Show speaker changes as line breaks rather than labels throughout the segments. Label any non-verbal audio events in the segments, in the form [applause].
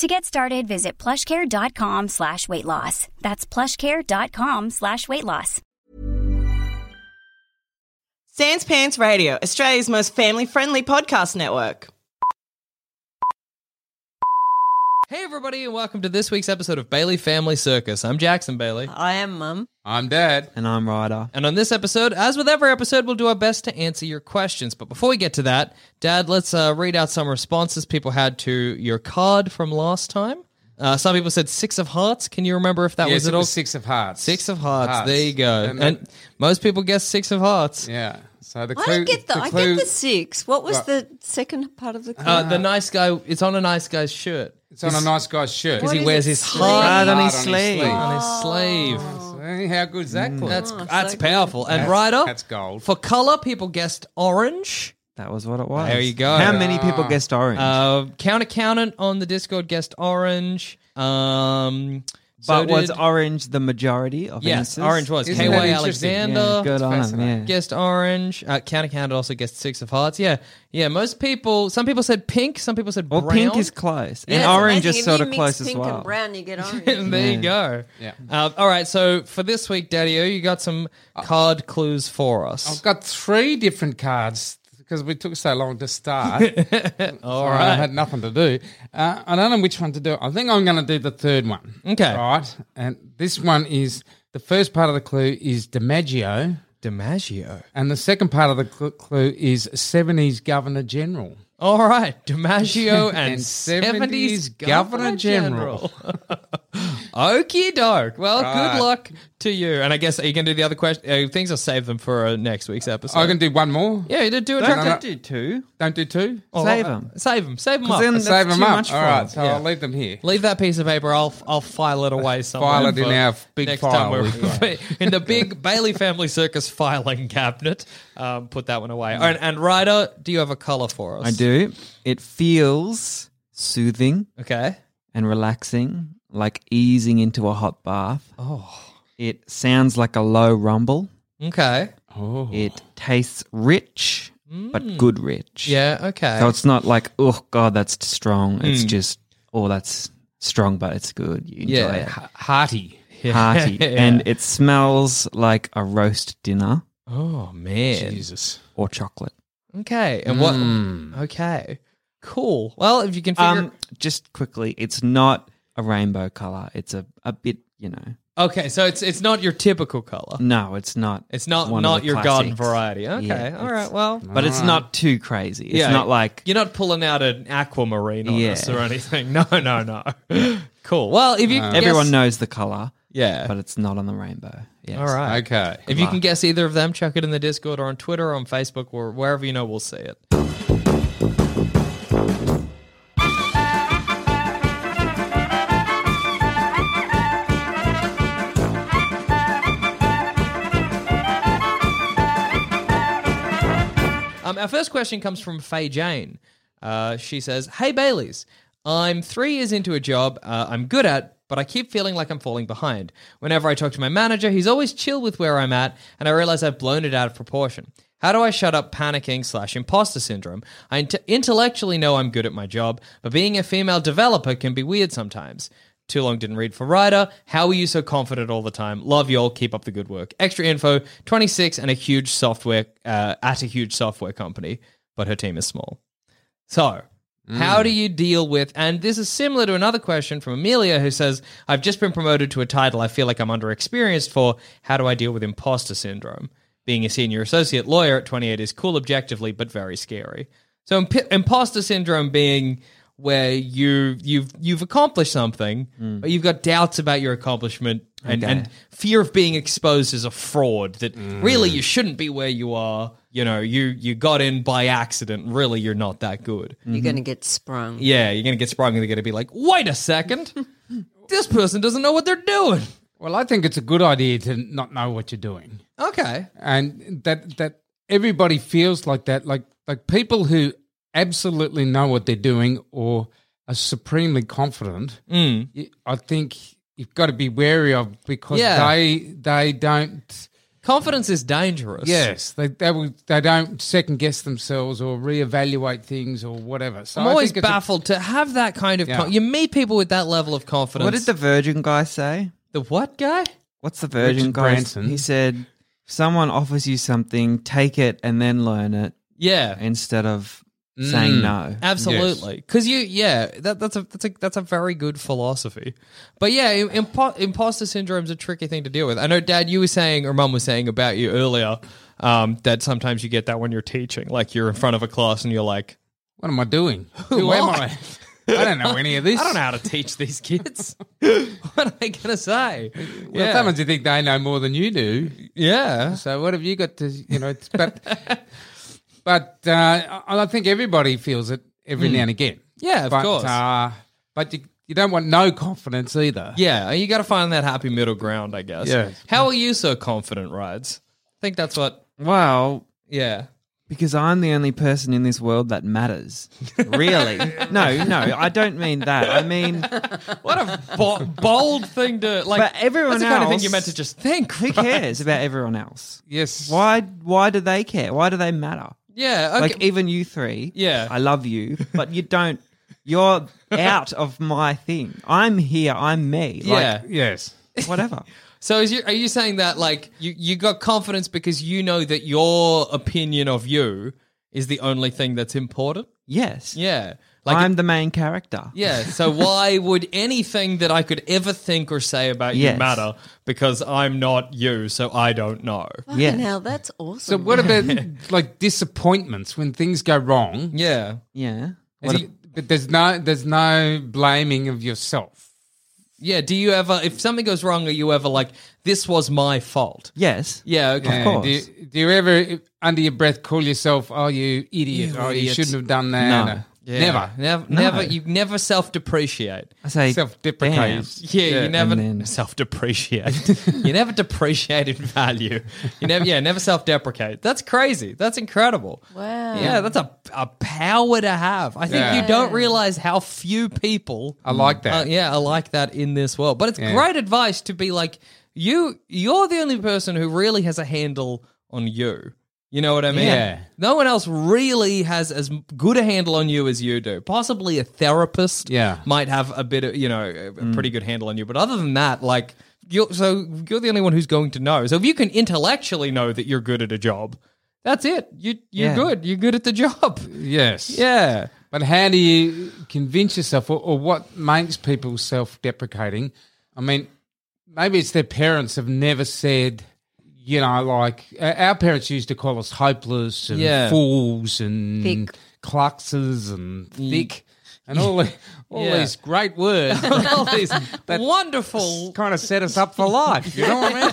To get started, visit plushcare.com slash weight loss. That's plushcare.com slash weight loss.
Sans Pants Radio, Australia's most family friendly podcast network.
Hey, everybody, and welcome to this week's episode of Bailey Family Circus. I'm Jackson Bailey.
I am mum.
I'm Dad.
And I'm Ryder.
And on this episode, as with every episode, we'll do our best to answer your questions. But before we get to that, Dad, let's uh, read out some responses people had to your card from last time. Uh, some people said Six of Hearts. Can you remember if that
yes,
was
it
at all?
was six of hearts.
Six of hearts. There you go.
And
And,
that-
most people guessed Six of Hearts.
yeah. So the
I
clue.
don't get the, I
clue-
get the six. What was
Right.
the second part of the clue?
Uh, the nice guy. It's on a nice guy's shirt
It's on a nice guy's shirt.
because he
is
wears
it,
his
sleeve?
heart
Heart on
Hard
his sleeve.
on his sleeve.
Hey, Oh. How good's that? clue?
That's
Oh,
that's
so good.
powerful. And
That's-
Ryder,
that's gold.
For color, people guessed orange.
That was what it was.
There you go.
How many people guessed orange?
Uh, Count Accountant on the Discord guessed orange. Um, so
but was
did-
orange the majority of
yes,
answers?
orange was
Isn't
KY
that interesting?
Alexander.
Yeah, good on him. Yeah.
Guessed orange. Uh, Count Accountant also guessed six of hearts. Yeah, yeah. Most people. Some people said pink. Some people said
Well,
brown.
pink is close, and
That's
orange
amazing.
is
If
sort
you
of
mix
close as
pink
well.
and brown, you get orange.
[laughs] there you go.
Yeah.
Uh, all right. So for this week, Daddy O, you got some card clues for
I've
us.
got three different cards because we took so long
[laughs]
to start. All right. I had nothing to do. Uh, I don't know which one to do. I think I'm going to do the third one.
Okay.
Right. And this one is the first part of the clue is DiMaggio,
DiMaggio.
and the second part of the cl- clue is 70s Governor General.
All right, DiMaggio and,
[laughs] And
70s,
70s
Governor
Governor
General. Okie doke. Well, good luck to you. And I guess are you can do the other question. Uh, things I'll save them for uh, next week's episode.
I can do one more.
yeah, you did do it.
Don't,
right?
don't do two.
Don't do two.
Oh,
Save
uh,
them.
Save them. Save them
'Cause
up.
then
Let's-
that's
Save them
too
up.
much
All
for
right,
us.
so I'll leave them here.
Leave that piece of paper. I'll I'll file it away somewhere.
File it in
for
our big
next
file
time
[laughs]
we're- [laughs]
we've
in the big Bailey Family Circus filing cabinet. Um, put that one away. And, and Ryder, do you have a color for us?
I do. It feels soothing
Okay.
and relaxing, like easing into a hot bath. Oh. It sounds like a low rumble.
Okay.
It tastes rich, but good rich.
Oh. Mm. Yeah. Okay.
So it's not like, oh god, that's strong. It's just, oh, that's strong, but it's good. You enjoy
Hmm. Yeah.
it.
[laughs]
H- hearty.
Hearty, and it smells like a roast dinner
oh man.
Jesus.
or chocolate.
Okay. And what? Okay. Cool. Well, if you can figure.
Um, just quickly, it's not a rainbow color. It's a a bit, you know.
okay, so it's it's not your typical color.
No, it's not.
It's not
one of
not
the
your garden
classics.
variety. Okay.
Yeah,
all
it's-
right. Well,
but it's not too crazy. It's
Yeah.
not like
you're not pulling out an aquamarine on
Yeah.
us or anything. [laughs] No, no,
[laughs]
no. cool. Well, if you can
everyone
guess-
knows the color,
yeah.
but it's not on the rainbow. Yes.
all right.
Okay.
If you can guess either of them, chuck it in the Discord or on Twitter or on Facebook or wherever you know we'll see it. Um, our first question comes from Faye Jane. Uh, she says, Hey Baileys, I'm three years into a job uh, I'm good at, but I keep feeling like I'm falling behind. Whenever I talk to my manager, he's always chill with where I'm at, and I realize I've blown it out of proportion. How do I shut up panicking slash imposter syndrome? I int- intellectually know I'm good at my job, but being a female developer can be weird sometimes. Too long didn't read for Ryder. How are you so confident all the time? Love y'all. Keep up the good work. Extra info 26 and a huge software, uh, at a huge software company, but her team is small. So How do you deal with? And this is similar to another question from Amelia, who says, "I've just been promoted to a title I feel like I'm underexperienced for. How do I deal with imposter syndrome? Being a senior associate lawyer at 28 is cool objectively, but very scary. So imp- imposter syndrome being where you you've you've accomplished something,
Mm.
but you've got doubts about your accomplishment and, and fear of being exposed as a fraud. That
Mm.
really you shouldn't be where you are. You know, you you got in by accident. Really, you're not that good.
Mm.
You're going to get sprung.
Yeah, you're gonna get sprung and they're gonna be like, wait a second, this person doesn't know what they're doing.
Well, I think it's a good idea to not know what you're doing.
Okay.
and that that everybody feels like that like like people who absolutely know what they're doing or are supremely confident y- i think you've got to be wary of because
Yeah.
they they don't
Confidence is dangerous.
yes they they, will, they don't second guess themselves or reevaluate things or whatever so
I'm
I
always
think it's a-
baffled to have that kind of.
Yeah.
con- you meet people with that level of confidence.
What did the Virgin guy say?
the what guy?
What's the Virgin
Richard
guy?
Branson.
He said, if someone offers you something, take it and then learn it
Yeah.
instead of
Mm.
saying no.
Uh, Absolutely, because you, yeah, that, that's a that's a that's a very good philosophy. But yeah, im- impo- imposter syndrome's a tricky thing to deal with. I know, Dad, you were saying or Mum was saying about you earlier um, that sometimes you get that when you're teaching, like you're in front of a class and you're like,
what am
[laughs]
i doing who am i [laughs] i don't know any of this
I don't know how to teach these kids. [laughs] what am I gonna say?
well,
yeah,
sometimes you think they know more than you do
yeah,
So what have you got to you know?
[laughs]
It's, but but uh, I I think everybody feels it every now and again.
Hmm. Yeah, of
but,
course.
Uh, but you, you don't want no confidence either.
yeah. You got to find that happy middle ground, I guess.
Yeah.
How are you so confident, rides? I think that's what.
Well,
Yeah.
because I'm the only person in this world that matters.
[laughs]
Really? no, no, I don't mean that. I mean,
What a bo- bold thing to like.
But everyone
that's the kind of thing
else-
you're meant to just think. [laughs]
who
right?
cares about everyone else?
Yes.
Why? Why do they care? Why do they matter?
Yeah. Okay.
Like even you three.
Yeah.
I love you, but you don't. You're out of my thing. I'm here. I'm me.
yeah. [laughs]
Yes.
Like whatever.
so is you, are you saying that like you, you got confidence because you know that your opinion of you is the only thing that's important?
Yes.
Yeah. Like.
Like I'm the main character.
yeah, so why would anything that I could ever think or say about you
Yes.
matter? Because I'm not you, so I don't know.
Yeah.
Now that's
So
awesome.
what
[laughs]
about like disappointments when things go wrong?
Yeah,
Yeah.
And you- but there's no there's no blaming of yourself.
yeah. Do you ever, if something goes wrong, are you ever like, "This was my fault"?
Yes.
Yeah, okay.
Of
And
course.
Do you, do you ever under your breath call yourself, "Oh, you idiot!
You
oh, you
idiot."
shouldn't have done that."
No.
Yeah.
Never.
never,
No.
never. You never self-depreciate.
I say
Self-deprecate.
"Damn."
Yeah, you never
and
[laughs]
then-
self-depreciate. [laughs] you never depreciate in value. You never, yeah, never self-deprecate. That's crazy. That's incredible.
Wow.
Yeah, that's a a power to have. I think
Yeah.
you don't realize how few people.
I like that.
Uh, yeah, I like that in this world. But it's
Yeah.
great advice to be like you. You're the only person who really has a handle on you. You know what I mean?
Yeah.
No one else really has as good a handle on you as you do. Possibly a therapist.
Yeah.
Might have a bit of you know a a
Mm.
pretty good handle on you, but other than that, like you're so you're the only one who's going to know. So if you can intellectually know that you're good at a job, that's it. You you're
Yeah.
good. You're good at the
[laughs]
job.
Yes.
Yeah.
But how do you convince yourself, or, or what makes people self deprecating? I mean, maybe it's their parents have never said, you know, like uh, our parents used to call us hopeless and
Yeah.
fools and
Thick.
cluxes and thick and all, the- all
Mm. Yeah.
these great
[laughs]
words.
All these wonderful
Kind of set us up for life, you know what I mean?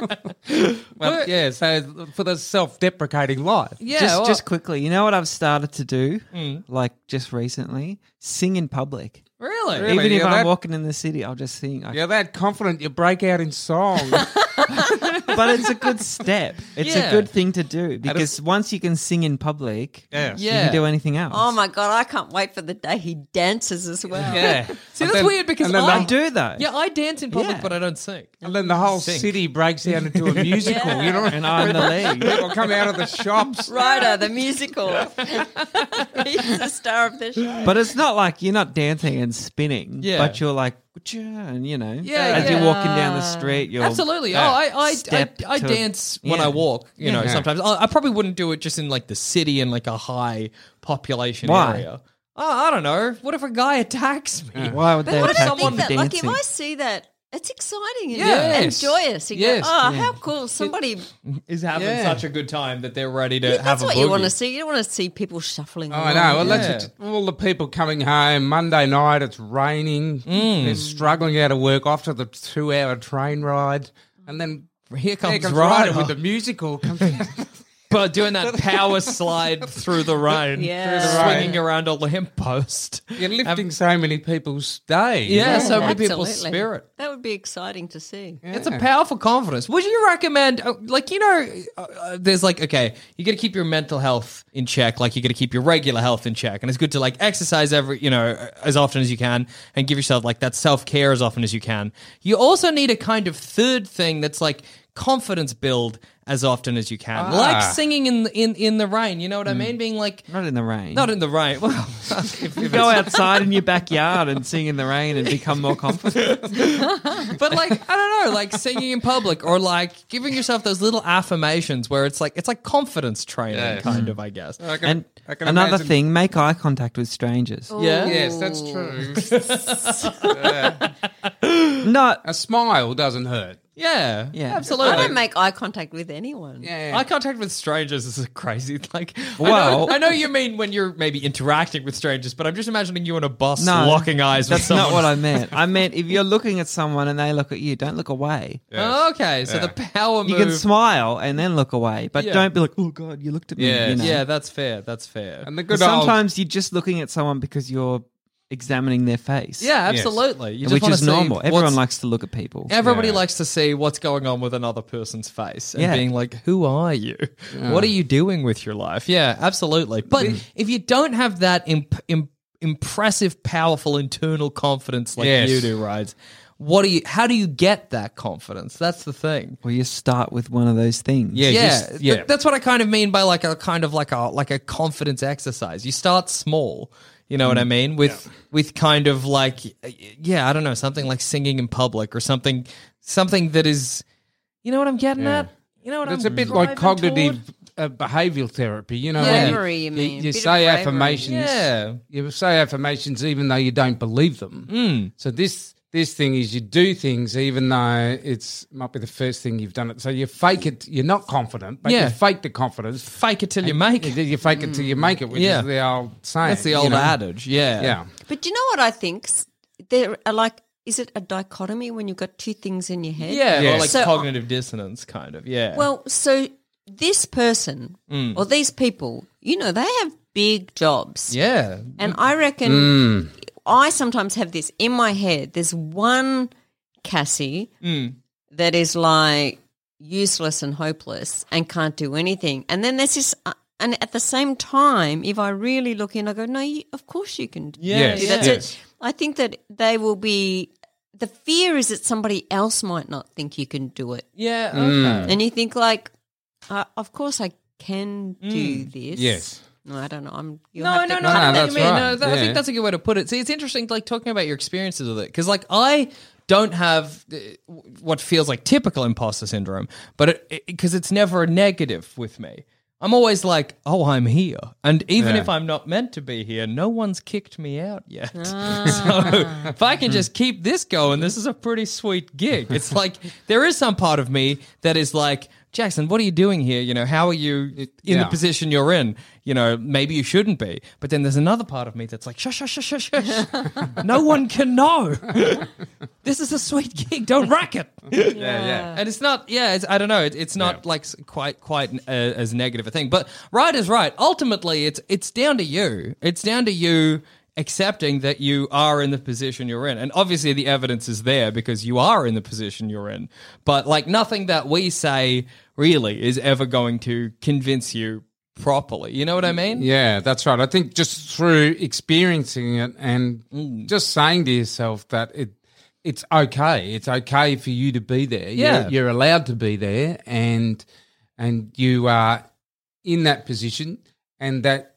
[laughs] well, yeah. So for the self-deprecating life,
Yeah,
just,
well- Mm.
just quickly, you know what I've started to do, like just recently, sing in public.
really.
Really?
Even if
Yeah,
I'm
that-
walking in the city, I'll just sing. I-
you're that confident you break out in song.
But it's a
[laughs]
good step. It's
Yeah.
a good thing to do because once you can sing in public,
Yes.
you
Yeah.
can do anything else.
Oh my God, I can't wait for the day he dances as well. [laughs]
[laughs] Yeah.
See, that's weird because
and then
I
I do though.
Yeah, I dance in public,
Yeah.
but I don't sing.
And then the whole
Sink.
city breaks down into
[laughs]
a musical, you know?
And I'm the lead.
People come out of the shops.
Ryder, the musical. [laughs] He's the star of the show.
But it's not like you're not dancing and spinning.
Yeah.
But you're like, "Whatcha," and you know,
Yeah,
as
yeah.
you're walking down the street, you're
Absolutely. Oh, I I, I,
Step
I
to-
dance when
Yeah.
I walk. You know,
Yeah.
sometimes I, I probably wouldn't do it just in like the city in like a high population
Why?
area. Oh, I don't know. What if a guy attacks me?
Why would
But
they
what
attack
I think
you
that,
for
like, if
dancing?
I see that, it's exciting and,
Yes.
and joyous. You
Yes.
go, oh, how cool! Somebody.
Is having
Yeah.
such a good time that they're ready to have
that's
a
what
boogie.
you want to see. You don't want to see people shuffling.
Oh, I
along.
know. Well, that's
Yeah.
what, all the people coming home Monday night. It's raining.
Mm.
They're struggling out of work after the two-hour train ride, and then
Here comes,
here comes
Ryder.
Ryder with the musical. Comes
But
[laughs]
doing that power slide through the rain,
Yeah.
Through the rain.
swinging around a lamppost.
You're lifting so many people's day.
Yeah, so many
Absolutely.
people's spirit.
That would be exciting to see.
It's a powerful confidence. Would you recommend, uh, like, you know, uh, uh, there's like, okay, you got to keep your mental health in check, like, you got to keep your regular health in check. And it's good to, like, exercise every, you know, uh, as often as you can and give yourself, like, that self care as often as you can. You also need a kind of third thing that's like confidence build as often as you can,
Ah.
like singing in, in, in the rain. You know what I mean? Being like,
Hmm. Not in the rain.
not in the rain. [laughs] Well, if, if
Go outside
[laughs]
in your backyard and sing in the rain and become more confident.
but like I don't know, like singing in public or like giving yourself those little affirmations where it's like it's like confidence training, kind of, I guess.
I can-
And
I can
another
imagine-
thing, make eye contact with strangers.
Yeah.
Yes, that's true.
No,
a smile doesn't hurt.
Yeah,
Yeah.
absolutely.
I don't make eye contact with anyone.
Yeah.
Eye contact with strangers is a crazy. Like,
Well-
I know, I know you mean when you're maybe interacting with strangers, but I'm just imagining you on a bus
no.
locking eyes with
That's
someone.
not what I meant. I meant if you're looking at someone and they look at you, don't look away.
Oh, okay, so the power
You
move.
can smile and then look away, but
Yeah.
don't be like, "Oh God, you looked at me."
Yes.
You know?
yeah, that's fair. That's fair.
and the good
Because
old
sometimes you're just looking at someone because you're examining their face.
yeah, absolutely. You just
which
wanna
is
see
normal. Everyone
what's-
likes to look at people.
Everybody
Yeah.
likes to see what's going on with another person's face and
Yeah.
being like, who are you? What are you doing with your life? Yeah, absolutely. But
Mm.
if you don't have that imp- im- impressive, powerful internal confidence like
Yes.
you do, Rides, what do you how do you get that confidence? That's the thing.
Well, you start with one of those things.
Yeah,
Yeah,
just- yeah.
th- that's what I kind of mean by like a kind of like a like a confidence exercise. You start small, you know what
Mm.
I mean? With with kind of like yeah, I don't know, something like singing in public or something something that is you know what I'm getting at? You know what
It's a
I'm
bit
driving
like
toward?
cognitive uh, behavioral therapy, you know.
Yeah.
when
Bravery, you
you,
mean.
you
Bit of
say
bravery.
affirmations.
Yeah.
You say affirmations even though you don't believe them.
Hmm.
So this this thing is you do things even though it's might be the first thing you've done it. So you fake it. You're not confident, but
Yeah.
you fake the confidence.
Fake it till you make
You [laughs]
it.
do- you fake it till you make it, which
Yeah.
is the old saying.
That's the
you
old
know?
adage. Yeah.
Yeah.
But do you know what I think? S- There are like, is it a dichotomy when you've got two things in your head?
Yeah, or
Yes.
like
So-
cognitive dissonance kind of. Yeah.
Well, so this person
Mm.
or these people, you know, they have big jobs.
yeah.
And I reckon
Mm.
I sometimes have this in my head. There's one Cassie
Mm.
that is like useless and hopeless and can't do anything. And then there's this. Uh, and at the same time, if I really look in, I go, no, you, of course you can.
Yeah,
Yes,
do that." So
yes.
I think that they will be. The fear is that somebody else might not think you can do it,
Yeah,
Mm.
okay.
and you think like, uh, "Of course I can do
Mm.
this."
Yes.
No, I don't know. I'm. You'll
No,
have
no,
to
no,
cut
I know
that
what
that's
you mean.
right.
No, that, I think
Yeah.
that's a good way to put it. See, it's interesting, like talking about your experiences with it, because like I don't have uh, what feels like typical imposter syndrome, but because it's never a negative with me. I'm always like, oh, I'm here, and even if I'm not meant to be here, no one's kicked me out yet. [laughs] So if I can just keep this going, this is a pretty sweet gig. It's like there is some part of me that is like. Jackson, what are you doing here? You know, how are you in the
yeah.
position? position you're in, you know, maybe you shouldn't be. But then there's another part of me that's like, shush, shush, shush, shush,
[laughs]
shush. no one can know. [laughs] this is a sweet gig. Don't rack it.
Yeah, yeah.
And it's not, yeah, it's, I don't know. It, it's not like s- quite, quite uh, as negative a thing. But right is right. Ultimately, it's it's down to you. It's down to you accepting that you are in the position you're in. And obviously, the evidence is there because you are in the position you're in. But like nothing that we say really is ever going to convince you properly. You know what I mean?
Yeah, that's right. I think just through experiencing it and
Mm.
just saying to yourself that it it's okay. It's okay for you to be there. You're-
Yeah.
you're, allowed to be there, and and you are in that position, and that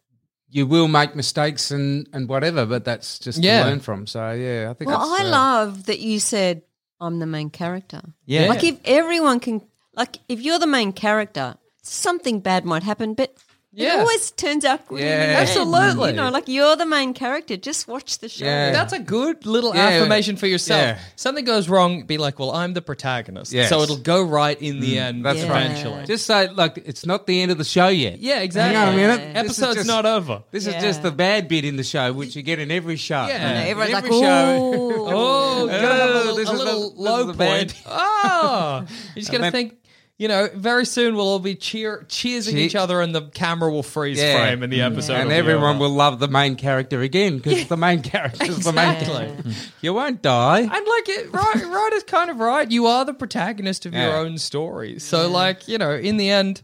you will make mistakes and and whatever. But that's just
Yeah.
to learn from. So yeah, I think.
Well,
that's,
I
uh,
love that you said I'm the main character.
Yeah.
Like if everyone can, like if you're the main character, something bad might happen, but
Yeah.
It always turns out good. in the
Yeah.
end.
Absolutely.
You know, like you're the main character. Just watch the show.
Yeah.
That's a good little
Yeah.
affirmation for yourself.
Yeah.
Something goes wrong, be like, well, I'm the protagonist.
Yes. Mm.
So it'll go right in the end
That's right.
eventually.
Just say, like, it's not the end of the show yet.
yeah, exactly.
Hang on a minute. This is
Episode's
just-
not over.
This
Yeah.
is just the bad bit in the show, which you get in every show.
Yeah. I know,
In
Everyone's like,
every show.
"Ooh."
Oh, you're gonna have a
[laughs] Oh,
little,
this
a
is the-
little
this is
low
the bad- [laughs]
point. Oh, you're just gonna
And then-
think. You know, very soon we'll all be cheer cheersing
Cheer-
each other, and the camera will freeze
Yeah.
frame, and the episode.
and
will be
everyone
over.
will love the main character again because the main [laughs] character is the main character. You won't die.
And like it, right, right is kind of right. You are the protagonist of your
Yeah.
own story, so like you know, in the end,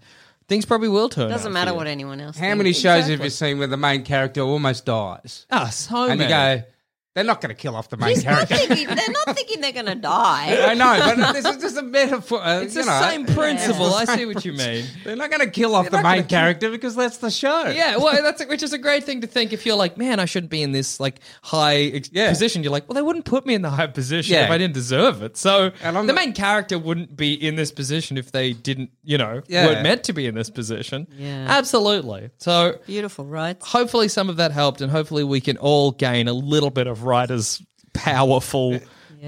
things probably will turn.
Doesn't matter what anyone else.
How
thinks.
many shows have you seen where the main character almost dies?
Ah, so
and you
many.
go, they're not going to kill off the main
Oh, He's not
character.
thinking, they're not thinking they're going to
[laughs]
die.
I know, but this is just a metaphor. uh,
It's
you
the
know.
same principle. I see what you mean.
They're not going to kill off the main character because that's the show.
[laughs] Yeah, well, that's which is a great thing to think. If you're like, man, I shouldn't be in this like high ex-
Yeah.
position, you're like, well, they wouldn't put me in the high position
Yeah.
if I didn't deserve it. So
And I'm
the
the-
main character wouldn't be in this position if they didn't, you know,
Yeah.
weren't meant to be in this position.
Yeah.
absolutely. So
Beautiful, right?
hopefully, some of that helped, and hopefully, we can all gain a little bit of writers' powerful.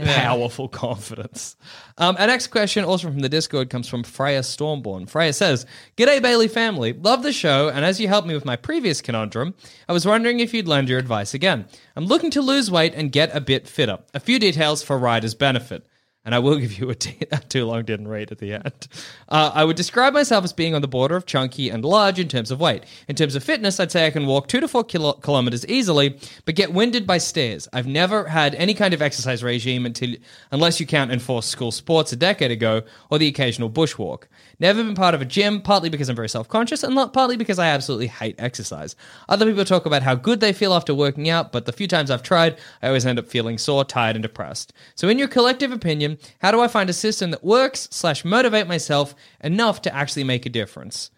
Powerful confidence. Um, our next question, also from the Discord, comes from Freya Stormborn. Freya says, G'day, Bailey family. Love the show, and as you helped me with my previous conundrum, I was wondering if you'd lend your advice again. I'm looking to lose weight and get a bit fitter. A few details for riders' benefit. And I will give you a t- [laughs] a too long didn't read at the end. Uh, I would describe myself as being on the border of chunky and large in terms of weight. In terms of fitness, I'd say I can walk two to four kilo- kilometers easily, but get winded by stairs. I've never had any kind of exercise regime until, unless you count enforced school sports a decade ago or the occasional bushwalk. Never been part of a gym, partly because I'm very self conscious and not partly because I absolutely hate exercise. Other people talk about how good they feel after working out, but the few times I've tried, I always end up feeling sore, tired, and depressed. So, in your collective opinion, how do I find a system that works slash motivate myself enough to actually make a difference?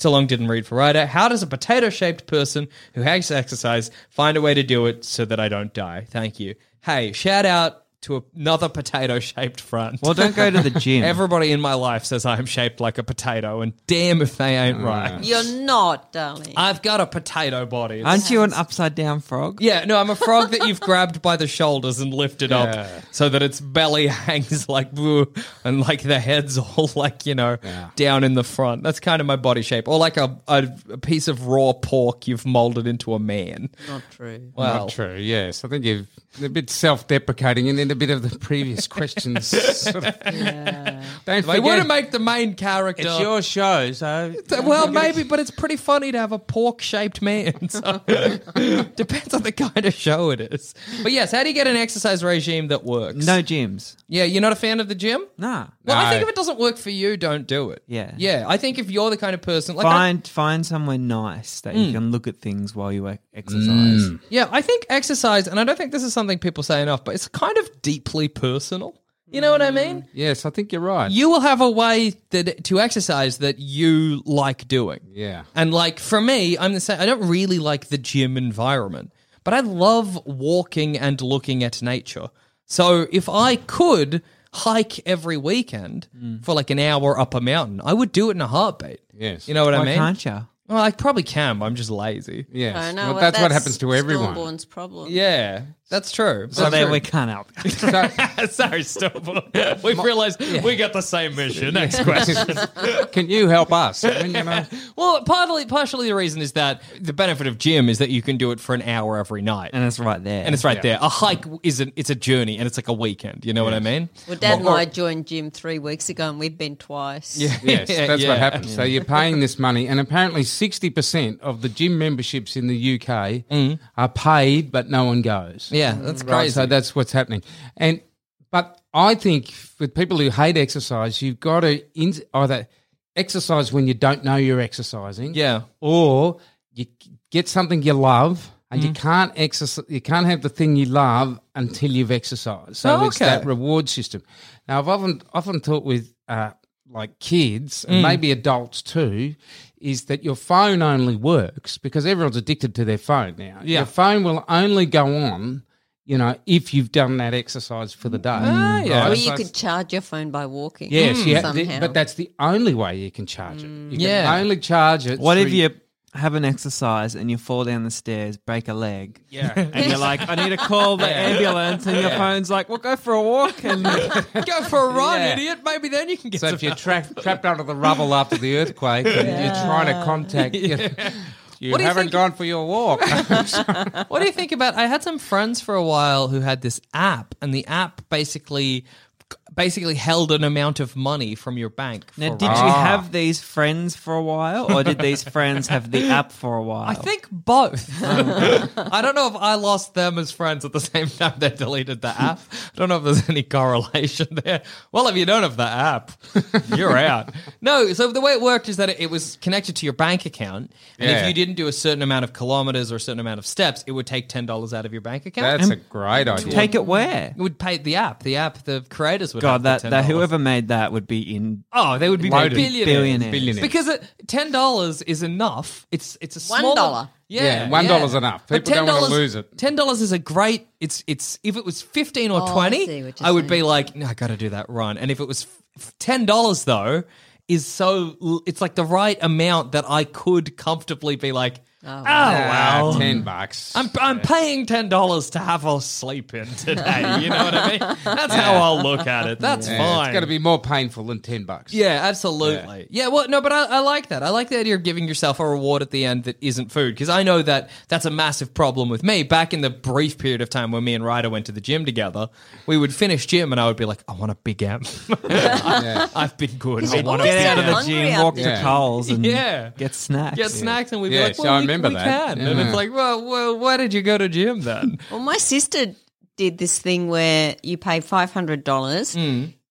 So long didn't read for writer. How does a potato shaped person who hates exercise find a way to do it so that I don't die? Thank you. Hey, shout out to another potato shaped friend. [laughs]
Well, don't go to the gym.
Everybody in my life says I am shaped like a potato, and damn if they ain't right.
You're not, darling.
I've got a potato body. It's-
Aren't you an upside down frog?
yeah, no, I'm a frog that you've grabbed by the shoulders and lifted up so that its belly [laughs] hangs like boo and like the head's [laughs] all like, you know, down in the front. That's kind of my body shape. Or like a, a, a piece of raw pork you've molded into a man.
not true.
Well,
Not true. Yes, I think you've a bit self-deprecating, and then a bit of the previous
[laughs]
questions. [laughs] sort of- Don't
They want to
forget,
make the main character.
it's your show, so
Th- Well, maybe, but it's pretty funny to have a pork shaped man. [laughs] So depends on the kind of show it is. But yes, how do you get an exercise regime that works?
No gyms.
Yeah, you're not a fan of the gym?
Nah.
Well, I
No.
think if it doesn't work for you, don't do it.
Yeah.
Yeah, I think if you're the kind of person like I- Mm.
find find somewhere nice that you can look at things while you e- exercise.
yeah, I think exercise and I don't think this is something people say enough, but it's kind of deeply personal. You know what I
Mm.
mean?
yes, I think you're right.
You will have a way that to exercise that you like doing.
yeah,
And like for me, I'm the same. I don't really like the gym environment, but I love walking and looking at nature. So if I could hike every weekend for like an hour up a mountain, I would do it in a heartbeat.
Yes.
You know what
Why
I mean?
can't you?
Well, I probably can. But I'm just lazy.
yes.
I know.
Well,
but
that's, what happens to everyone.
Stormborn's problem.
Yeah, that's true.
So
That's
there
true.
we can't help.
[laughs]
[laughs]
[laughs]
Sorry, Stubble. [laughs] We've realised we got the same mission. Next question.
[laughs] Can you help us? I mean,
[laughs]
you know,
well, partly, partially the reason is that the benefit of gym is that you can do it for an hour every night.
and it's right there.
and it's right there. A hike isn't. It's a journey, and it's like a weekend. You know what I mean?
Well, Dad and I joined gym three weeks ago, and we've been twice. Yeah.
yes, that's
Yeah.
what happens. So you're paying this money, and apparently, sixty percent of the gym memberships in the UK are paid, but no one goes.
Mm. Yeah, that's
Right,
crazy.
So that's what's happening. And but I think with people who hate exercise, you've got to in, either exercise when you don't know you're exercising,
yeah,
or you c- get something you love. And you can't exercise. You can't have the thing you love until you've exercised. So
Oh,
it's
okay.
that reward system. Now I've often often talked with uh, like kids and maybe adults too, is that your phone only works because everyone's addicted to their phone now.
Yeah.
Your phone will only go on, you know, if you've done that exercise for the day. Ah,
yeah.
Or you could charge your phone by walking. Hmm.
Yes, yeah, th-
somehow.
but that's the only way you can charge it. You
Yeah.
can only charge it.
What if
through-
you have an exercise and you fall down the stairs, break a leg.
Yeah.
And you're like, I need to call the ambulance, and your phone's like, "Well, go for
[laughs]
a walk." And
Go for a run,
Yeah.
idiot. Maybe then you can get
[laughs] So
some
if you're tra-
[laughs]
trapped under the rubble after the earthquake and you're trying to contact, you, you
What do you
haven't
think-
gone for
[laughs]
your walk. [laughs]
What do you think about? I had some friends for a while who had this app, and the app basically basically held an amount of money from your bank.
now,
for
did you
rent.
have these friends for a while, or did these friends have the app for a while?
I think both.
[laughs]
I don't know if I lost them as friends at the same time they deleted the app. I don't know if there's any correlation there. Well, if you don't have the app,
[laughs]
you're out. No, so the way it worked is that it, it was connected to your bank account, and if
Yeah.
you didn't do a certain amount of kilometers or a certain amount of steps, it would take ten dollars out of your bank account.
That's a great idea.
Take it where?
It would pay the app. The app, the creators would. have
God,
the
that, that
$10.
whoever made that would be in.
Oh, they would be
Loaded.
billionaires.
Billionaires.
Billionaires.
Because it, ten dollars is enough. It's it's a
One
small
dollar.
Yeah,
Yeah, one dollar's enough.
But
People don't wanna
$10
lose it.
Ten dollars is a great. It's it's if it was fifteen or
Oh, I
twenty,
see what
I,
you're
would be
saying.
like, no, I got to do that run. And if it was f- f- ten dollars though, is so l- it's like the right amount that I could comfortably be like, oh, wow,
Ah, ten bucks.
I'm, I'm paying ten dollars to have a sleep in today. You know what
[laughs]
I mean? That's how I'll look at it. That's
yeah,
fine.
it's going to be more painful than ten bucks.
Yeah, absolutely. Yeah, well, no, but I, I like that. I like the idea of giving yourself a reward at the end that isn't food because I know that that's a massive problem with me. Back in the brief period of time when me and Ryder went to the gym together, we would finish gym and I would be like, I want a big M. [laughs] I've been good. I
you
want a
always
big
had
Out of the
M.
hungry
gym,
out
walk
there.
to Coles and
Yeah.
get snacks.
Get snacks and we'd
Yeah,
be like,
so
well,
I
we,
remember
we
that.
can. And
Yeah.
it's like, well, well, why did you go to gym then?
Well, my sister did this thing where you pay five hundred dollars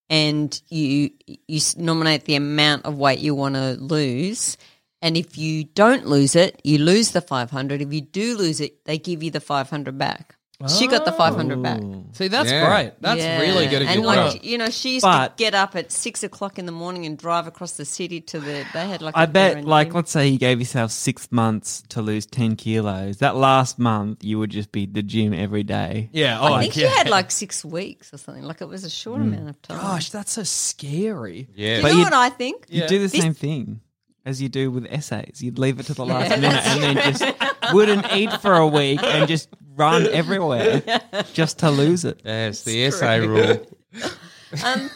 and you you s- nominate the amount of weight you want to lose, and if you don't lose it, you lose the five hundred. If you do lose it, they give you the five hundred back. She got the five hundred back.
See, that's
Yeah.
great. That's
Yeah.
really good. If
And
you
like
want it.
you know, she used
But-
to get up at six o'clock in the morning and drive across the city to the. They had like
I
a
bet,
parent
like,
thing.
let's say you gave yourself six months to lose 10 kilos. That last month, you would just be at the gym every day.
yeah. Oh,
I think
yeah.
she had like six weeks or something. Like it was a short
Hmm.
amount of time.
Gosh, that's so scary.
Do
yeah.
you
But
know
you-
what I think?
You'd do the
This-
same thing as you do with essays. You'd leave it to the last minute and then just wouldn't eat for a week and just run everywhere just to lose it.
Yes, the essay rule.
Um,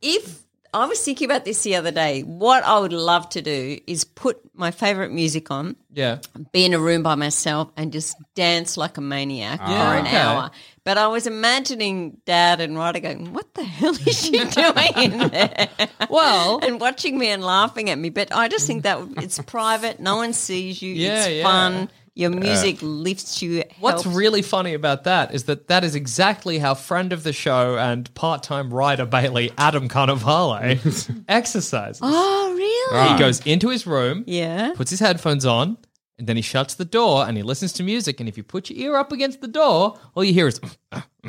if I was thinking about this the other day, what I would love to do is put my favorite music on,
Yeah.
be in a room by myself, and just dance like a maniac
Yeah,
for an
Ah, okay.
hour. But I was imagining Dad and Ryder going, "What the hell is
[laughs]
she doing in there?"
Well,
[laughs] and watching me and laughing at me. But I just think that would- it's private; no one sees you.
Yeah,
it's
yeah.
fun. Your music lifts you.
What's
helps
really funny about that is that that is exactly how friend of the show and part-time writer Bailey Adam Carnivale exercises.
Oh, really?
He goes into his room,
Yeah.
puts his headphones on, and then he shuts the door and he listens to music. And if you put your ear up against the door, all you hear is [laughs]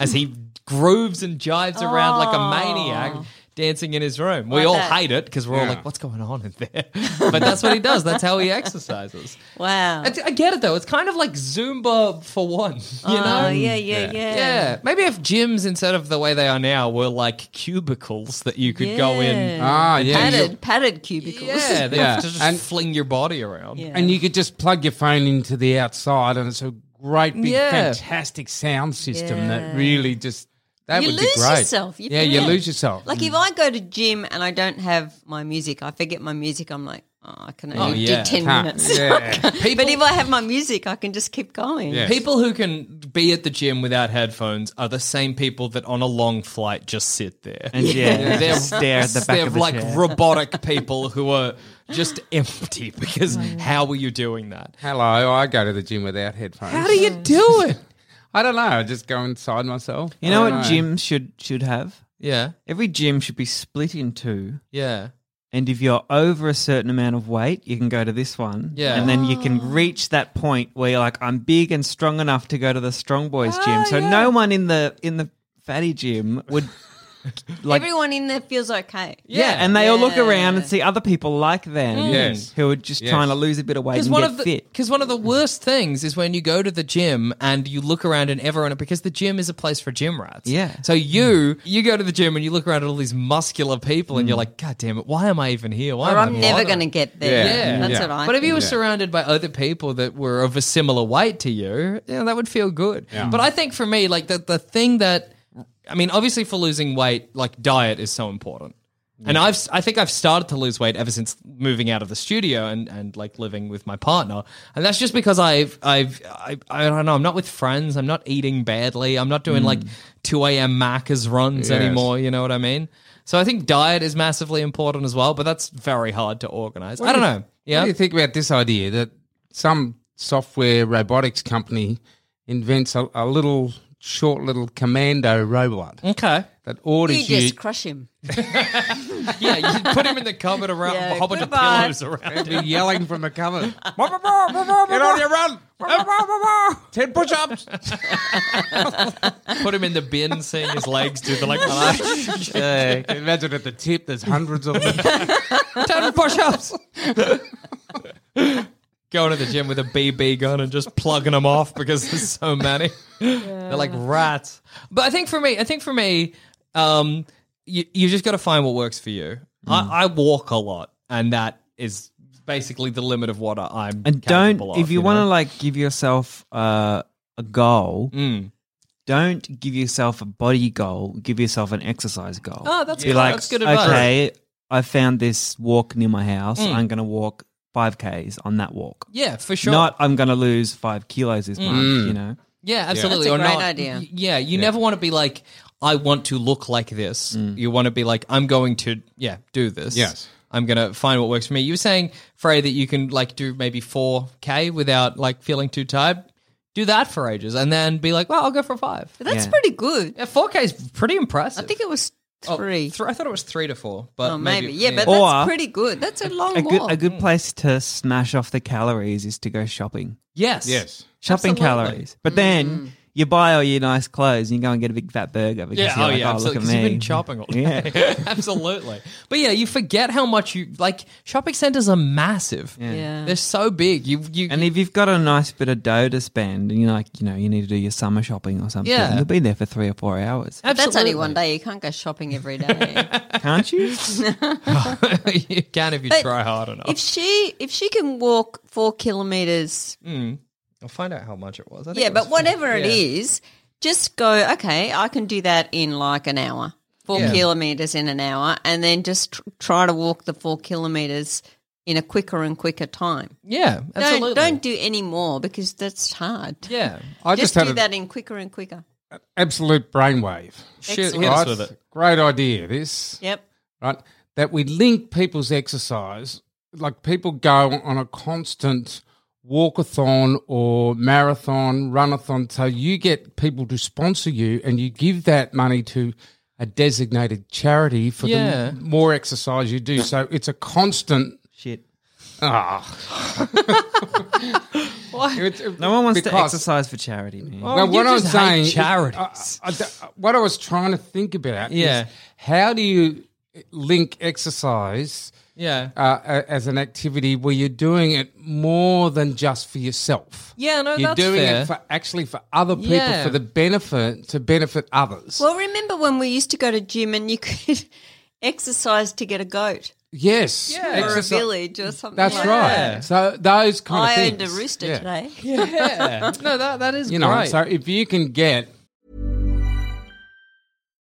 as he grooves and jives around like a maniac. Dancing in his room. We
Ah. Like
all
that.
hate it because we're all
Yeah.
like, what's going on in there? [laughs] But that's what he does. That's how
[laughs]
he exercises.
Wow.
I, I get it though. It's kind of like Zumba for one, [laughs] you
Ah,
know?
Oh, yeah, yeah, yeah.
Yeah. Maybe if gyms instead of the way they are now were like cubicles that you could go
Yeah.
in.
Ah, yeah. you-
Padded, padded cubicles.
Yeah, they
Yeah.
have to just
And-
fling your body around.
[laughs] Yeah.
And you could just plug your phone into the outside, and it's a great, big,
Yeah.
fantastic sound system that
Yeah.
really just that
You
would
lose
be great.
yourself. You
yeah, you
forget.
lose yourself.
Like if I go to gym and I don't have my music, I forget my music. I'm like, oh, I can only
yeah.
do 10
Can't-
minutes.
[laughs]
Yeah.
People,
[laughs] But if I have my music, I can just keep going.
Yeah.
people who can be at the gym without headphones are the same people that on a long flight just sit there.
And yeah, just
They're-
stare at the back
They're
of the
like
chair. [laughs]
robotic people who are just empty [laughs]
Oh,
because how were you doing that?
Hello, I go to the gym without headphones.
How do you do it?
I don't know. I just go inside myself.
you know
I don't
what gyms should should have?
Yeah.
Every gym should be split in two.
Yeah.
And if you're over a certain amount of weight, you can go to this one.
Yeah.
And then you
Ah.
can reach that point where you're like, I'm big and
Ah, [laughs]
strong enough to go to the strong boys gym. So no one in the in the fatty gym would like
Everyone in there feels okay.
yeah, and they all look around and see other people like them,
Yes.
who are just
Yes.
trying to lose a bit of weight
Because
and
Mm. one
get
of the
fit.
because one of the worst things is when you go to the gym and you look around and everyone because the gym is a place for gym rats.
Yeah.
So you you go to the gym and you look around at all these muscular people and you're like, God damn it, why am I even here? Why
Or
am I
I'm never
bothering?"
going to get there.
Yeah.
That's
Yeah.
what I
But if you were
think.
surrounded by other people that were of a similar weight to you, you know, that would feel good. But I think for me, like the, the thing that, I mean, obviously for losing weight, like diet is so important. And I've, I think I've started to lose weight ever since moving out of the studio and, and like living with my partner. And that's just because I've, I've, I, I don't know, I'm not with friends. I'm not eating badly. I'm not doing
Mm.
like 2 a.m. Macca's runs anymore. You know what I mean? So I think diet is massively important as well, but that's very hard to organize. I don't know. Yeah.
What do you think about this idea that some software robotics company invents a, a little short little commando robot
Mm.
Okay.
that
You
orders you?
just crush him.
Yeah, you put him in the cupboard around
Yeah,
a whole bunch
goodbye.
of pillows
[laughs]
around
Be
him.
yelling from the
[laughs]
cupboard. Get on your run. Ten push-ups.
Put him in the bin, seeing his legs do
[laughs]
the like
yeah, can you imagine at the tip. There's hundreds of them.
ten push-ups. [laughs] Going to the gym with a BB gun and just plugging them off because there's so many. They're like rats. But I think for me, I think for me, um, you you just got to find what works for you.
Hmm.
I, I walk a lot, and that is basically the limit of what I- I'm.
And
capable
don't,
of,
if you, want
know?
to like give yourself uh, a goal,
Mm.
don't give yourself a body goal. Give yourself an exercise goal.
Oh, that's
Be
good.
like,
That's good advice. Mm.
Okay, I found this walk near my house. I'm going to walk five k's on that walk.
yeah, for sure. Mm.
Not I'm going to lose five kilos this month. You know.
Yeah,
That's
absolutely.
a
or
great
not.
idea.
Y- Yeah, you never want to be like, I want to look like this. You want to be like, I'm going to, yeah, do this.
Yes.
I'm going to find what works for me. You were saying, Frey, that you can like do maybe 4K without like feeling too tired. Do that for ages and then be like, well, I'll go for five.
But that's pretty good.
Yeah, 4K is pretty impressive.
I think it was
Oh,
three.
th- I thought it was three to four, but
Oh, maybe. Yeah, but
Or-
that's pretty good. That's a long
A good,
walk.
a good place to smash off the calories is to go shopping.
yes.
Yes.
Shopping
Absolutely. Mm.
calories. But then you buy all your nice clothes and you go and get a big fat burger because
Yeah,
you're
oh
like,
yeah,
oh, look
absolutely.
at
'cause
me.
You've been shopping all day. [laughs] absolutely. But yeah, you forget how much you like. Shopping centers are massive.
Yeah.
they're so big. You you
And if you've got a nice bit of dough to spend and you're like, you know, you need to do your summer shopping or something,
Yeah.
you'll be there for three or four hours.
But that's only
Absolutely.
one day. You can't go shopping every day.
Can't you?
[laughs] you can if you
But
try hard enough.
if she if she can walk four kilometers,
I'll find out how much it was. I think
yeah,
it was
but whatever it
yeah.
is, just go. Okay, I can do that in like an hour, four
Yeah.
kilometers in an hour, and then just tr- try to walk the four kilometers in a quicker and quicker time.
Yeah, absolutely.
Don't don't do any more because that's hard.
Yeah,
I
just,
just, had
do
an
that in quicker and quicker.
absolute brainwave.
shoot, hit us
Right?
with it.
Great idea. This.
Yep.
right? That we link people's exercise, like people go on a constant walkathon or marathon, runathon. So you get people to sponsor you and you give that money to a designated charity for
Yeah.
the more exercise you do. So it's a constant.
Shit.
Ah,
[laughs]
It's-
No one wants to
because-
exercise for charity, man.
no,
Oh, you
what
just
I'm saying, Uh,
hate
is- [laughs]
charities.
I- I- I- what I was trying to think about
Yeah.
is how do you link exercise
yeah,
uh, a- as an activity where you're doing it more than just for yourself.
yeah. No,
you're
that's
doing
fair.
it for actually for other people
Yeah.
for the benefit to benefit others.
Well, remember when we used to go to gym and you [laughs] could exercise to get a goat
yes,
Yeah.
or
exercise-
a village or something.
That's
like
right.
That.
So those kind of
I
things.
owned a rooster
Yeah.
today.
[laughs] yeah. No, that that is
You know,
great.
so if you can get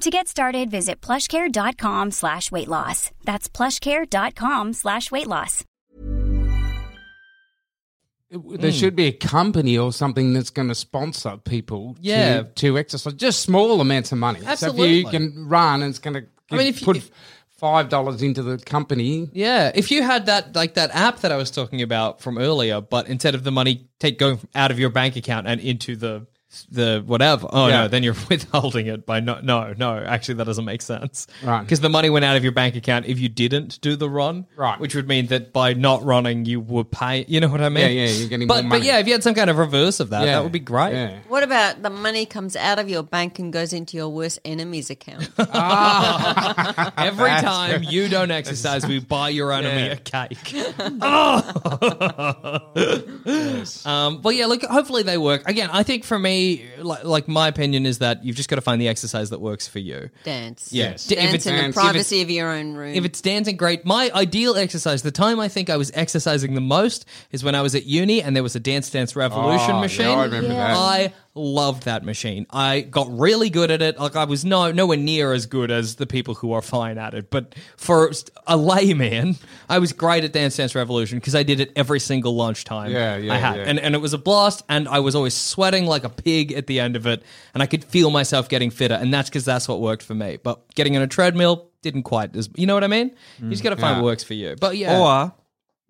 To get started, visit plushcare.com slash weight loss. That's plushcare.com slash weight loss.
There
Mm.
should be a company or something that's going to sponsor people
Yeah.
to, to exercise, just small amounts of money. So if
Absolutely.
you can run, and it's going to
I mean, if you-
put
if-
five dollars into the company.
Yeah, if you had that like that app that I was talking about from earlier, but instead of the money take going from- out of your bank account and into the the whatever. Oh
Yeah.
no, then you're [laughs] withholding it by no no no. Actually, that doesn't make sense.
Right.
because the money went out of your bank account if you didn't do the run.
Right.
which would mean that by not running, you were pay. You know what I mean?
Yeah, yeah, you're getting
But
more
but
money.
yeah, if you had some kind of reverse of that,
Yeah.
that would be great.
Yeah.
What about the money comes out of your bank and goes into your worst enemy's account?
[laughs] Every time you don't exercise, we buy your enemy a cake. Um, well, yeah, look, hopefully they work. Again, I think for me, like, like my opinion is that you've just got to find the exercise that works for you.
Dance.
Yes. D- if
Dance
it's-
in the
Dance.
privacy of your own room.
If it's dancing, great. My ideal exercise, the time I think I was exercising the most is when I was at uni and there was a Dance Dance Revolution
Oh,
machine.
yeah, I remember Yeah. that.
I loved that machine. I got really good at it. Like I was no nowhere near as good as the people who are fine at it, but for a layman, I was great at Dance Dance Revolution because I did it every single lunchtime.
Yeah, yeah,
I had.
yeah.
And and it was a blast and I was always sweating like a pig at the end of it and I could feel myself getting fitter and that's because that's what worked for me but getting on a treadmill didn't quite as you know what I mean you just gotta find what works for you but yeah Hmm.
Or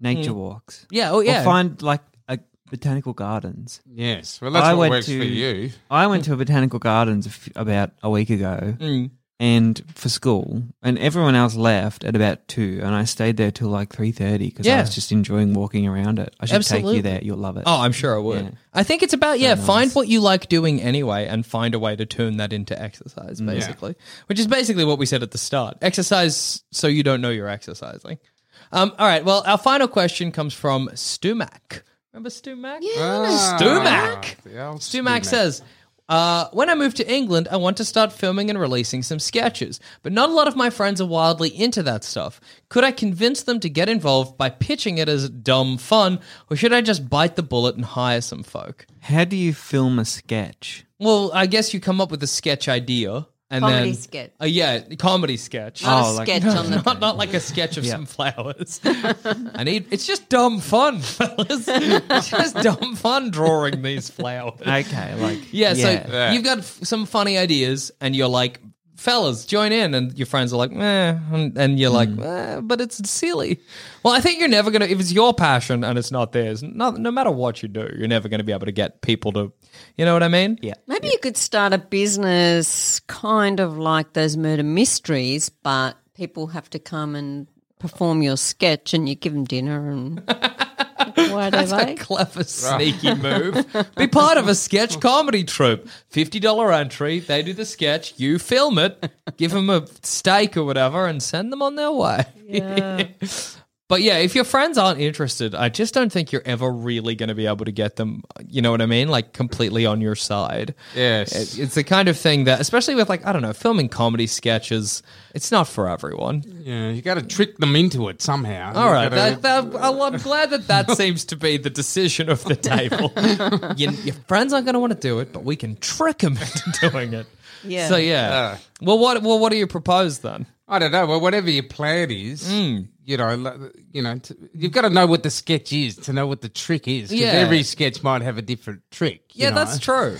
nature walks.
yeah oh yeah
Or find like a botanical gardens.
Yes. Well, that's what works for you.
I went to a botanical gardens a f- about a week ago,
Hmm.
and for school, and everyone else left at about two, and I stayed there till like three thirty because I
Yeah.
was just enjoying walking around it. I should take
Absolutely.
you there; you'll love it.
oh I'm sure I would
Yeah.
I think it's about yeah find what you like doing anyway and find a way to turn that into exercise basically which is basically what we said at the start exercise so you don't know you're exercising um all right well our final question comes from Stumac remember Stumac
Ah,
Stumac.
the old
Stumac says, uh, when I move to England, I want to start filming and releasing some sketches, but not a lot of my friends are wildly into that stuff. Could I convince them to get involved by pitching it as dumb fun, or should I just bite the bullet and hire some folk?
How do you film a sketch?
Well, I guess you come up with a sketch idea. And
Comedy
then,
sketch.
Uh, yeah, comedy sketch.
not a
Oh, like- [laughs]
sketch on the.
Not, not like a sketch of some flowers.
[laughs]
I need. It's just dumb fun, [laughs] fellas. It's just dumb fun drawing these flowers.
Okay, like
Yeah, so
yeah.
you've got f- some funny ideas, and you're like, fellas, join in. And your friends are like, meh. And, and you're like,
Hmm.
eh, but it's silly. Well, I think you're never going to, if it's your passion and it's not theirs, no, no matter what you do, you're never going to be able to get people to, you know what I mean? Yeah.
Maybe you could start a business kind of like those murder mysteries, but people have to come and perform your sketch and you give them dinner and
[laughs] That's
whatever.
a clever, sneaky move. Be part of a sketch comedy troupe. $50 entry. They do the sketch. You film it. Give them a steak or whatever and send them on their way. [laughs] but yeah, if your friends aren't interested, I just don't think you're ever really going to be able to get them, you know what I mean? Like completely on your side.
Yes.
It- It's the kind of thing that, especially with like, I don't know, filming comedy sketches, it's not for everyone.
Yeah, you got to trick them into it somehow.
All
You
right,
gotta-
that, that, well, I'm glad that that seems to be the decision of the table. your, your friends aren't going to want to do it, but we can trick them into doing it.
Yeah.
So yeah. well, what well what do you propose then?
I don't know. Well, whatever your plan is,
Mm.
you know, lo- you know, t you've got to know what the sketch is to know what the trick is. 'cause
Yeah.
every sketch might have a different trick. you
Yeah,
know.
that's true.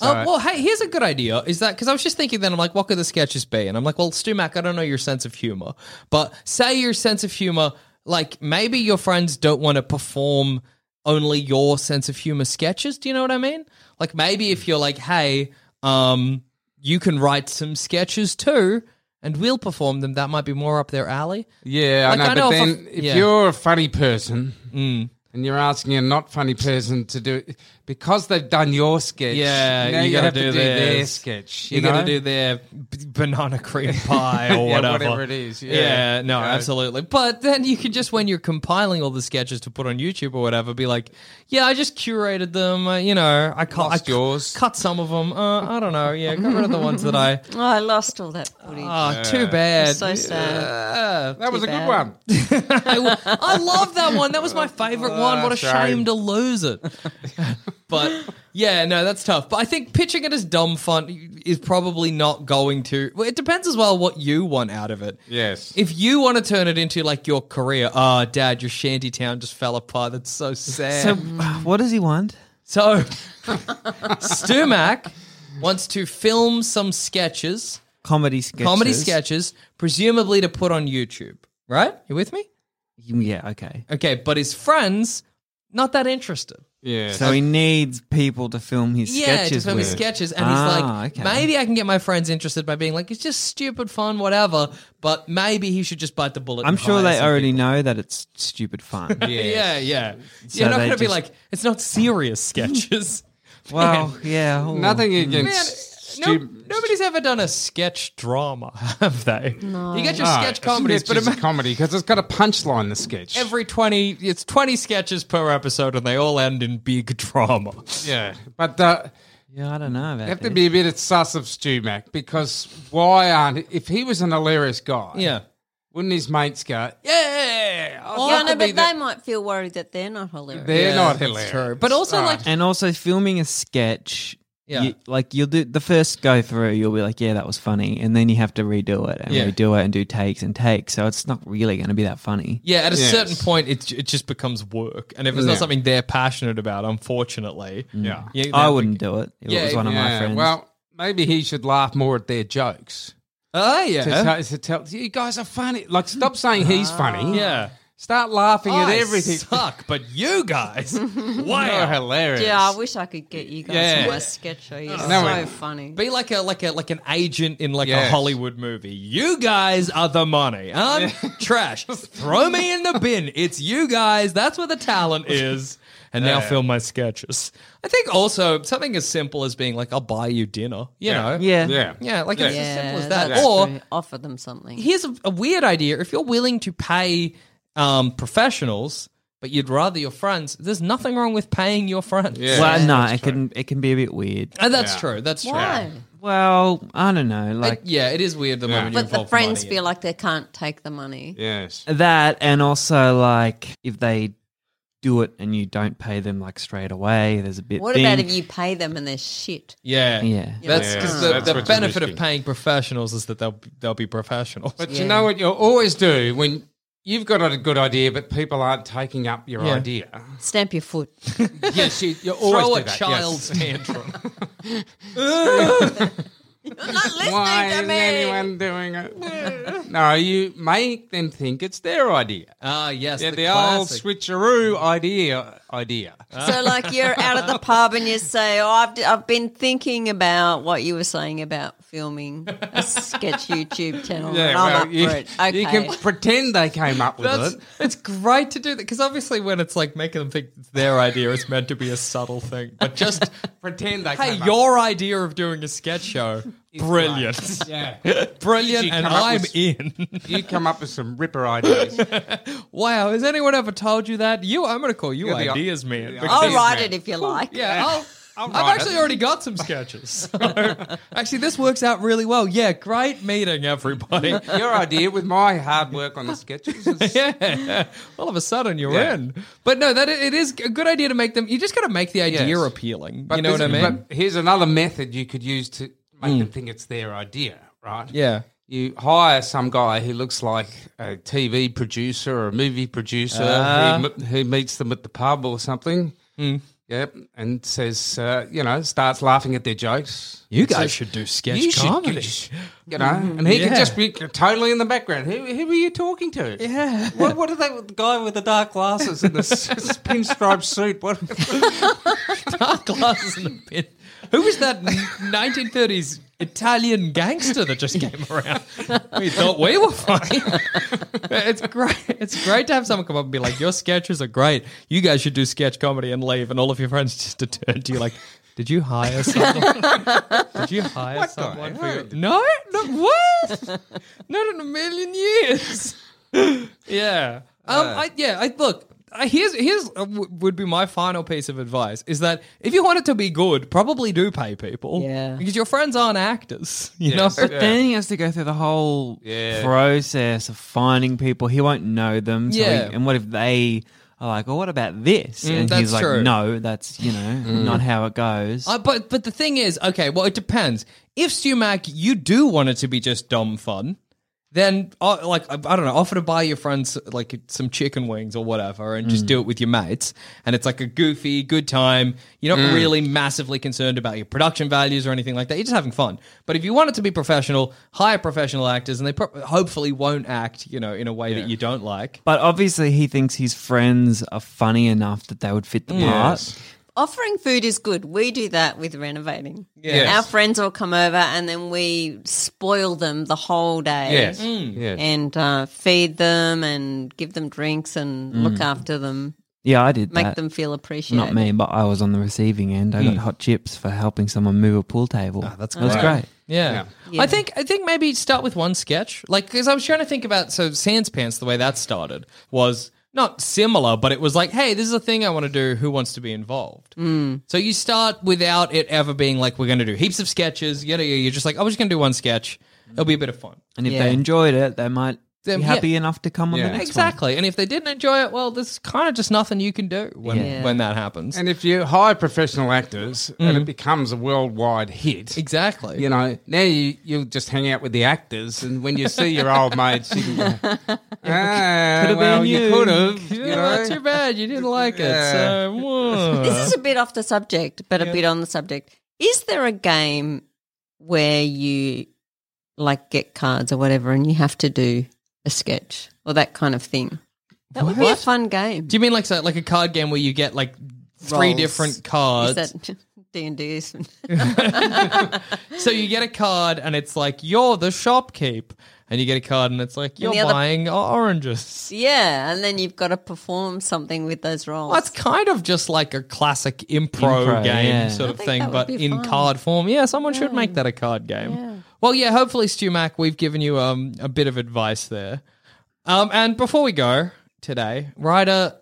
Uh, well, hey, here's a good idea. Is that because I was just thinking then I'm like, what could the sketches be? And I'm like, well, Stumac, I don't know your sense of humor, but say your sense of humor, like maybe your friends don't want to perform only your sense of humor sketches. Do you know what I mean? Like maybe if you're like, hey, um, you can write some sketches too. and will perform them, that might be more up their alley.
Yeah,
Like, I
I know.
know
but
if I-
then, if,
yeah. Mm.
you're a funny person and you're asking a not funny person to do it because they've done your sketch,
Yeah,
now
you,
you,
gotta
have
do,
to do
theirs.
their sketch. You,
You, gotta
know?
do their b- banana cream pie or
[laughs] Yeah,
whatever.
whatever it is, yeah.
no,
Yeah.
absolutely. But then you can just when you're compiling all the sketches to put on YouTube or whatever, be like, yeah, I just curated them. Uh, you know, I cut I
Lost
cu-
yours.
cut some of them. Uh, I don't know. Yeah, got rid of the ones that
[laughs]
I.
Oh, I lost all that footage.
Oh, too bad.
so sad.
Yeah.
That was a
bad.
good one.
I, I love that one. That was my favorite one. What a shame.
shame.
to lose it. but yeah, no, that's tough. But I think pitching it as dumb fun is probably not going to. Well, it depends as well what you want out of it.
Yes.
If you want to turn it into like your career, oh, dad, your shanty town just fell apart. That's so sad.
So, what does he want?
[laughs] So, Stumac wants to film some sketches,
Comedy sketches.
comedy sketches, presumably to put on YouTube. Right? You with me?
Yeah, okay.
Okay, but his friends not that interested.
Yeah.
So he needs people to film his
yeah,
sketches
to film his
with.
sketches, and he's
Ah,
like,
okay.
maybe I can get my friends interested by being like, it's just stupid fun, whatever. But maybe he should just bite the bullet.
I'm
and
sure
hire
they
some
already
people.
know that it's stupid
[laughs]
fun.
Yeah, yeah.
So
You're not
they
going to be
just-
like, it's not
[laughs]
serious sketches. [laughs]
Well, yeah. oh.
Nothing
Man,
against.
no,
stu-
nobody's ever done a sketch drama, [laughs] have they? No. You get your
No,
sketch comedies,
sketch
but
is
imagine
comedy because it's got a punchline. The sketch.
every 20, it's 20 sketches per episode, and they all end in big [laughs] drama.
yeah, but uh,
Yeah, I don't know about
you have to
this.
be a bit of sus of Stu Mac because why aren't? If he was an hilarious guy,
Yeah.
wouldn't his mates go? Yeah, I'd
Yeah,
like
no,
to be
but
the-
they might feel worried that they're not hilarious.
They're
Yeah,
not
that's
hilarious.
true. But also, like,
And also filming a sketch.
Yeah.
you- like you'll do the first go through, you'll be like, "Yeah, that was funny," and then you have to redo it and
Yeah.
redo it and do takes and takes. So it's not really going to be that funny.
Yeah, at a
Yes.
certain point, it it just becomes work, and if it's not something they're passionate about, unfortunately,
Yeah.
you-
I wouldn't do it. If
Yeah,
it was one of my
Yeah,
friends.
Well, maybe he should laugh more at their jokes.
Oh
To,
[laughs] yeah,
tell- to tell you guys are funny. Like, stop saying he's funny.
Ah, yeah.
Start laughing at
I
everything.
suck, but you guys,
You're
wow,
hilarious.
Yeah, I wish I could get you guys
Yeah.
on my sketch show. You're
Oh,
No,
so
we-
funny.
be like a like a like an agent in like a
Yes.
Hollywood movie. You guys are the money. I'm [laughs] trash. Throw me in the bin. It's you guys. That's where the
[laughs]
talent is. And now film my sketches. I think also something as simple as being like, I'll buy you dinner. You know,
yeah,
Yeah.
yeah, like it's as
Yeah,
simple as that.
that's
Or
true. offer them something.
here's a, a weird idea. If you're willing to pay um, professionals, but you'd rather your friends, there's nothing wrong with paying your friends.
Yeah.
Well, no, it can it can be a bit weird.
And that's
Yeah.
true. That's true.
Why?
Well, I don't know,
It-
like
yeah, it is weird the moment you
But the
involve
friends
money in
feel
it.
like they can't take the money.
Yes.
that, and also like if they do it and you don't pay them like straight away, there's a bit.
What
thing.
about if you pay them and they're shit?
yeah,
Yeah.
That's
Yeah,
because
that's
the, the
what's
benefit of
risky.
paying professionals is that they'll they'll be professionals.
But you know what you'll always do when you've got a good idea, but people aren't taking up your
Yeah. [laughs]
idea.
Stamp your [laughs] foot.
yes, you, you always
Throw
do
a
that, yes.
child's tantrum.
[laughs]
I'm not listening
Why
to
isn't
me.
anyone doing it? no, you make them think it's their idea.
[laughs] Ah, yes,
Yeah,
the,
the, old
classic.
switcheroo idea. Idea.
So, like, you're out at the pub and you say, "Oh, I've, I've been thinking about what you were saying about filming a sketch YouTube channel, and I'm up
you,
for it." Okay,
[laughs] you can pretend they came up with
That's
it.
it's great to do that because obviously when it's like making them think it's their idea, it's meant to be a subtle thing. But
[laughs]
just
Pretend they
hey,
came up
your idea of doing a
[laughs]
sketch show, brilliant,
with it. Yeah.
[laughs] brilliant,
You
and
come up
I'm
with-
in. [laughs]
You come up with some ripper ideas.
wow, has anyone ever told you that? You, I'm going to call you
the-
ideas man.
the
because-
I'll
ideas
write
man.
it if you like.
yeah, [laughs] I'll.
I'll
I've
write
actually
it.
already got some sketches.
[laughs]
So, actually, this works out really well. Yeah, great meeting,
[laughs]
everybody. [laughs]
Your idea with my hard work on the sketches is
yeah. All of a sudden, you're
Yeah.
in. But no, that it is a good idea to make them. You just got to make the idea
Yes.
appealing. you know what I
this-
mean? Hmm.
But here's another method you could use to make them think it's their idea, right?
Yeah.
You hire some guy who looks like a TV producer or a movie producer
Ah.
who, m- who meets them at the pub or something.
Hmm.
Yep. And says, uh, you know, starts laughing at their jokes.
You guys should do sketch
you should-
comedy.
You know, and he
Yeah.
can just be totally in the background. Who, who are you talking to? Yeah. What, what are they? The guy with the dark glasses and the s-
[laughs]
pinstripe suit. What?
Dark glasses in the pin. Who was that 1930s Italian gangster that just came around. We thought we were funny. it's great. It's great to have someone come up and be like, "Your sketches are great. You guys should do sketch comedy and leave." And all of your friends just to turn to you like, "Did you hire someone? Did you hire someone for your- No, no, what? Not in a million years." yeah. Um, I, yeah. I look. I, here's here's uh, w- would be my final piece of advice is that if you want it to be good, probably do pay people.
Yeah.
Because your friends aren't actors. [laughs] You know.
But then he has to go through the whole
Yeah.
process of finding people. He won't know them. So
Yeah.
he- and what if they are like, well, what about this? and
that's
he's like,
true.
no, that's, you know, not how it goes.
Uh, but but the thing is, okay, well, it depends. If Sumac, you do want it to be just dumb fun, then uh, like I, I don't know, offer to buy your friends like some chicken wings or whatever, and just do it with your mates, and it's like a goofy good time. You're not really massively concerned about your production values or anything like that. You're just having fun. But if you want it to be professional, hire professional actors, and they pro- hopefully won't act, you know, in a way that you don't like.
But obviously, he thinks his friends are funny enough that they would fit the part.
Offering food is good. We do that with renovating.
Yes.
Our friends all come over and then we spoil them the whole day.
[laughs] Yes.
Hmm.
Yes.
And uh, feed them and give them drinks and look after them,
Yeah, I did
make
that.
them feel appreciated.
Not me, but I was on the receiving end. I got hot chips for helping someone move a pool table. that's great. That's great.
Yeah. I think I think maybe start with one sketch. Like cuz I was trying to think about so Sans Pants the way that started was not similar, but it was like, hey, this is a thing I want to do. Who wants to be involved?
Hmm.
Mm. So you start without it ever being like, we're going to do heaps of sketches. Yada yada. You're just like, I'm just going to do one sketch. It'll be a bit of fun.
And if they enjoyed it, they might
Then-
be
yeah.
happy enough to come on
Yeah.
the next one.
Exactly. And if they didn't enjoy it, well, there's kind of just nothing you can do when
Yeah.
when that happens.
And if you hire professional actors and it becomes a worldwide hit,
exactly.
you know, now you, you'll just hang out with the actors, and when you see your old mates, you can go, ah,
Could've
well,
been
you,
you."
could have, you
Yeah, [laughs]
know.
not too bad. You didn't like it.
Yeah.
So, whoa.
This is a bit off the subject, but a bit on the subject. Is there a game where you like get cards or whatever and you have to do a sketch or that kind of thing? That would be a
What?
fun game.
Do you mean like so, like a card game where you get like three
Rolls.
different cards?
Is that [laughs] D and D?
so you get a card and it's like you're the shopkeep, and you get a card and it's like you're
the other-
buying oranges.
Yeah, and then you've got to perform something with those roles.
Well, it's kind of just like a classic impro,
Impro,
game
yeah.
sort of
think
thing,
that would
but
be
in
fun.
card form. Yeah, someone should make that a card game. Well, yeah, hopefully, Stu Mac, we've given you um, a bit of advice there. Um, and before we go today, Ryder,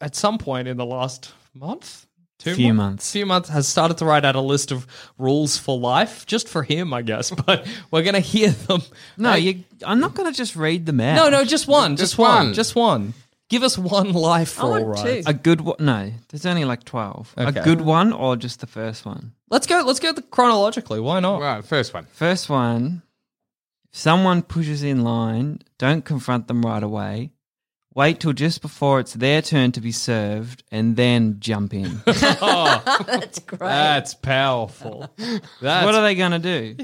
at some point in the last month, two
Few
mon-
months.
few months, has started to write out a list of rules for life, just for him, I guess. [laughs] But we're going to hear them.
No,
Uh,
you, I'm not going to just read them out.
no, no, just one, just,
Just
one,
one.
just one. Give us one life
I
rule,
want
Ryder.
two.
A good one? No, there's only like 12.
Okay.
A good one or just the first one?
Let's go. Let's go chronologically. Why not?
Right, first one.
First one if someone pushes in line, don't confront them right away. Wait till just before it's their turn to be served and then jump in. what
That's great.
That's
[laughs]
powerful. That's,
are they going
[laughs]
to do?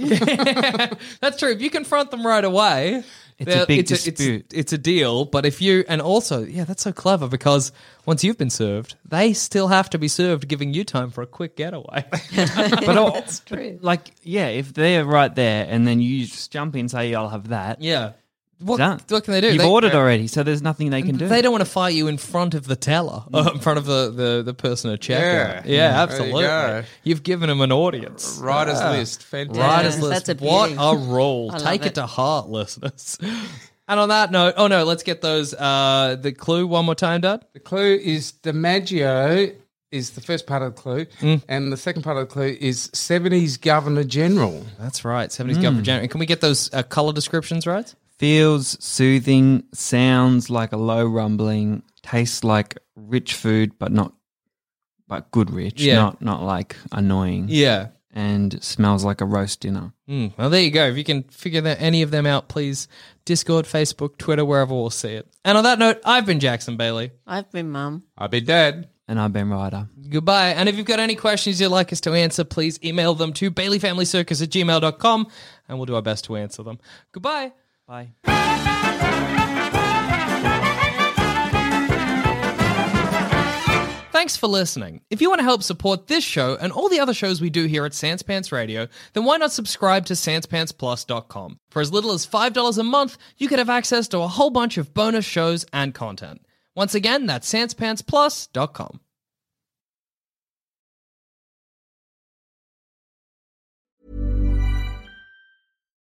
that's true. If you confront them right away,
It's
they're-
a big
it's
dispute.
it's, it's a deal. But if you and also, yeah, that's so clever because once you've been served, they still have to be served, giving you time for a quick
[laughs]
getaway.
But all, That's true. like, yeah, if they're right there and then you just jump in, say, I'll have that.
yeah. What,
done.
what can they do?
You've
They-
ordered already, so there's nothing they can do.
They don't want to fire you in front of the teller, uh, in front of the, the, the person at checkout. Yeah,
Yeah.
absolutely.
go.
You've given them an audience.
Writer's list, fantastic.
Writers
Yeah,
list.
that's a
what
beauty.
a
[laughs]
role.
I love
Take it.
it.
to heart, listeners. [laughs] And on that note, oh no, let's get those uh the clue one more time, Dad.
The clue is DiMaggio is the first part of the clue, and the second part of the clue is 70s Governor General.
That's right,
Mm.
seventies governor general. And can we get those uh, color descriptions right?
Feels soothing, sounds like a low rumbling, tastes like rich food, but not but good rich,
Yeah.
not not like annoying,
Yeah.
and smells like a roast dinner.
Mm, well, there you go. If you can figure that, any of them out, please Discord, Facebook, Twitter, wherever we'll see it. And on that note, I've been Jackson Bailey.
I've been mum.
I'll be dead.
And I've been Ryder.
Goodbye. And if you've got any questions you'd like us to answer, please email them to baileyfamilycircus at gmail.com and we'll do our best to answer them. Goodbye.
Bye.
Thanks for listening. If you want to help support this show and all the other shows we do here at Sans Pants Radio, then why not subscribe to SansPantsPlus.com? For as little as $5 a month, you could have access to a whole bunch of bonus shows and content. Once again, that's SansPantsPlus.com.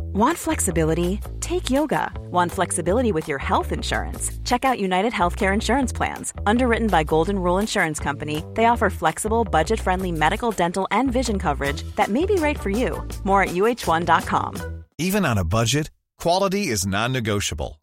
Want flexibility? Take yoga. Want flexibility with your health insurance? Check out United Healthcare Insurance Plans. Underwritten by Golden Rule Insurance Company, they offer flexible, budget friendly medical, dental, and vision coverage that may be right for you. More at uh1.com.
Even on a budget, quality is non-negotiable.